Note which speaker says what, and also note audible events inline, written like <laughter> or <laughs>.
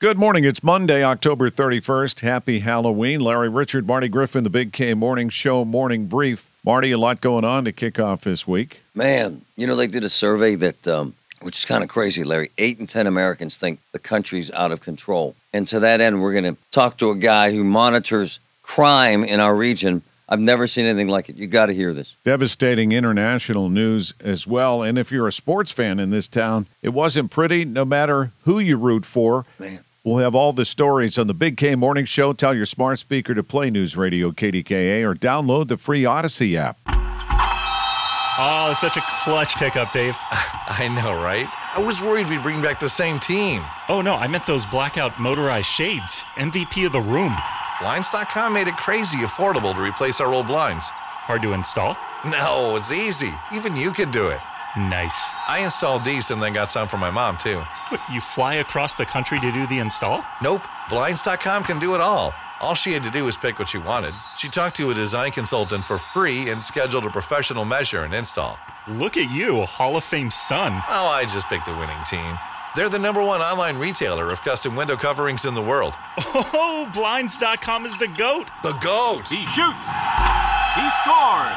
Speaker 1: Good morning. It's Monday, October 31st. Happy Halloween. Larry Richard, Marty Griffin, the Big K Morning Show Morning Brief. Marty, a lot going on to kick off this week.
Speaker 2: Man, you know, they did a survey that, um, which is kind of crazy, Larry. Eight in 10 Americans think the country's out of control. And to that end, we're going to talk to a guy who monitors crime in our region. I've never seen anything like it. You got to hear this.
Speaker 1: Devastating international news as well. And if you're a sports fan in this town, it wasn't pretty no matter who you root for.
Speaker 2: Man.
Speaker 1: We'll have all the stories on the Big K Morning Show. Tell your smart speaker to play News Radio KDKA or download the free Odyssey app.
Speaker 3: Oh, it's such a clutch pickup, Dave.
Speaker 4: I know, right? I was worried we'd bring back the same team.
Speaker 3: Oh no, I meant those blackout motorized shades. MVP of the room.
Speaker 4: Blinds.com made it crazy affordable to replace our old blinds.
Speaker 3: Hard to install?
Speaker 4: No, it's easy. Even you could do it.
Speaker 3: Nice.
Speaker 4: I installed these and then got some for my mom, too.
Speaker 3: What, you fly across the country to do the install?
Speaker 4: Nope, Blinds.com can do it all. All she had to do was pick what she wanted. She talked to a design consultant for free and scheduled a professional measure and install.
Speaker 3: Look at you, Hall of Fame son. <laughs>
Speaker 4: Oh, I just picked the winning team. They're the number one online retailer of custom window coverings in the world.
Speaker 3: Oh, Blinds.com is the GOAT.
Speaker 4: The GOAT!
Speaker 5: He shoots. He scores.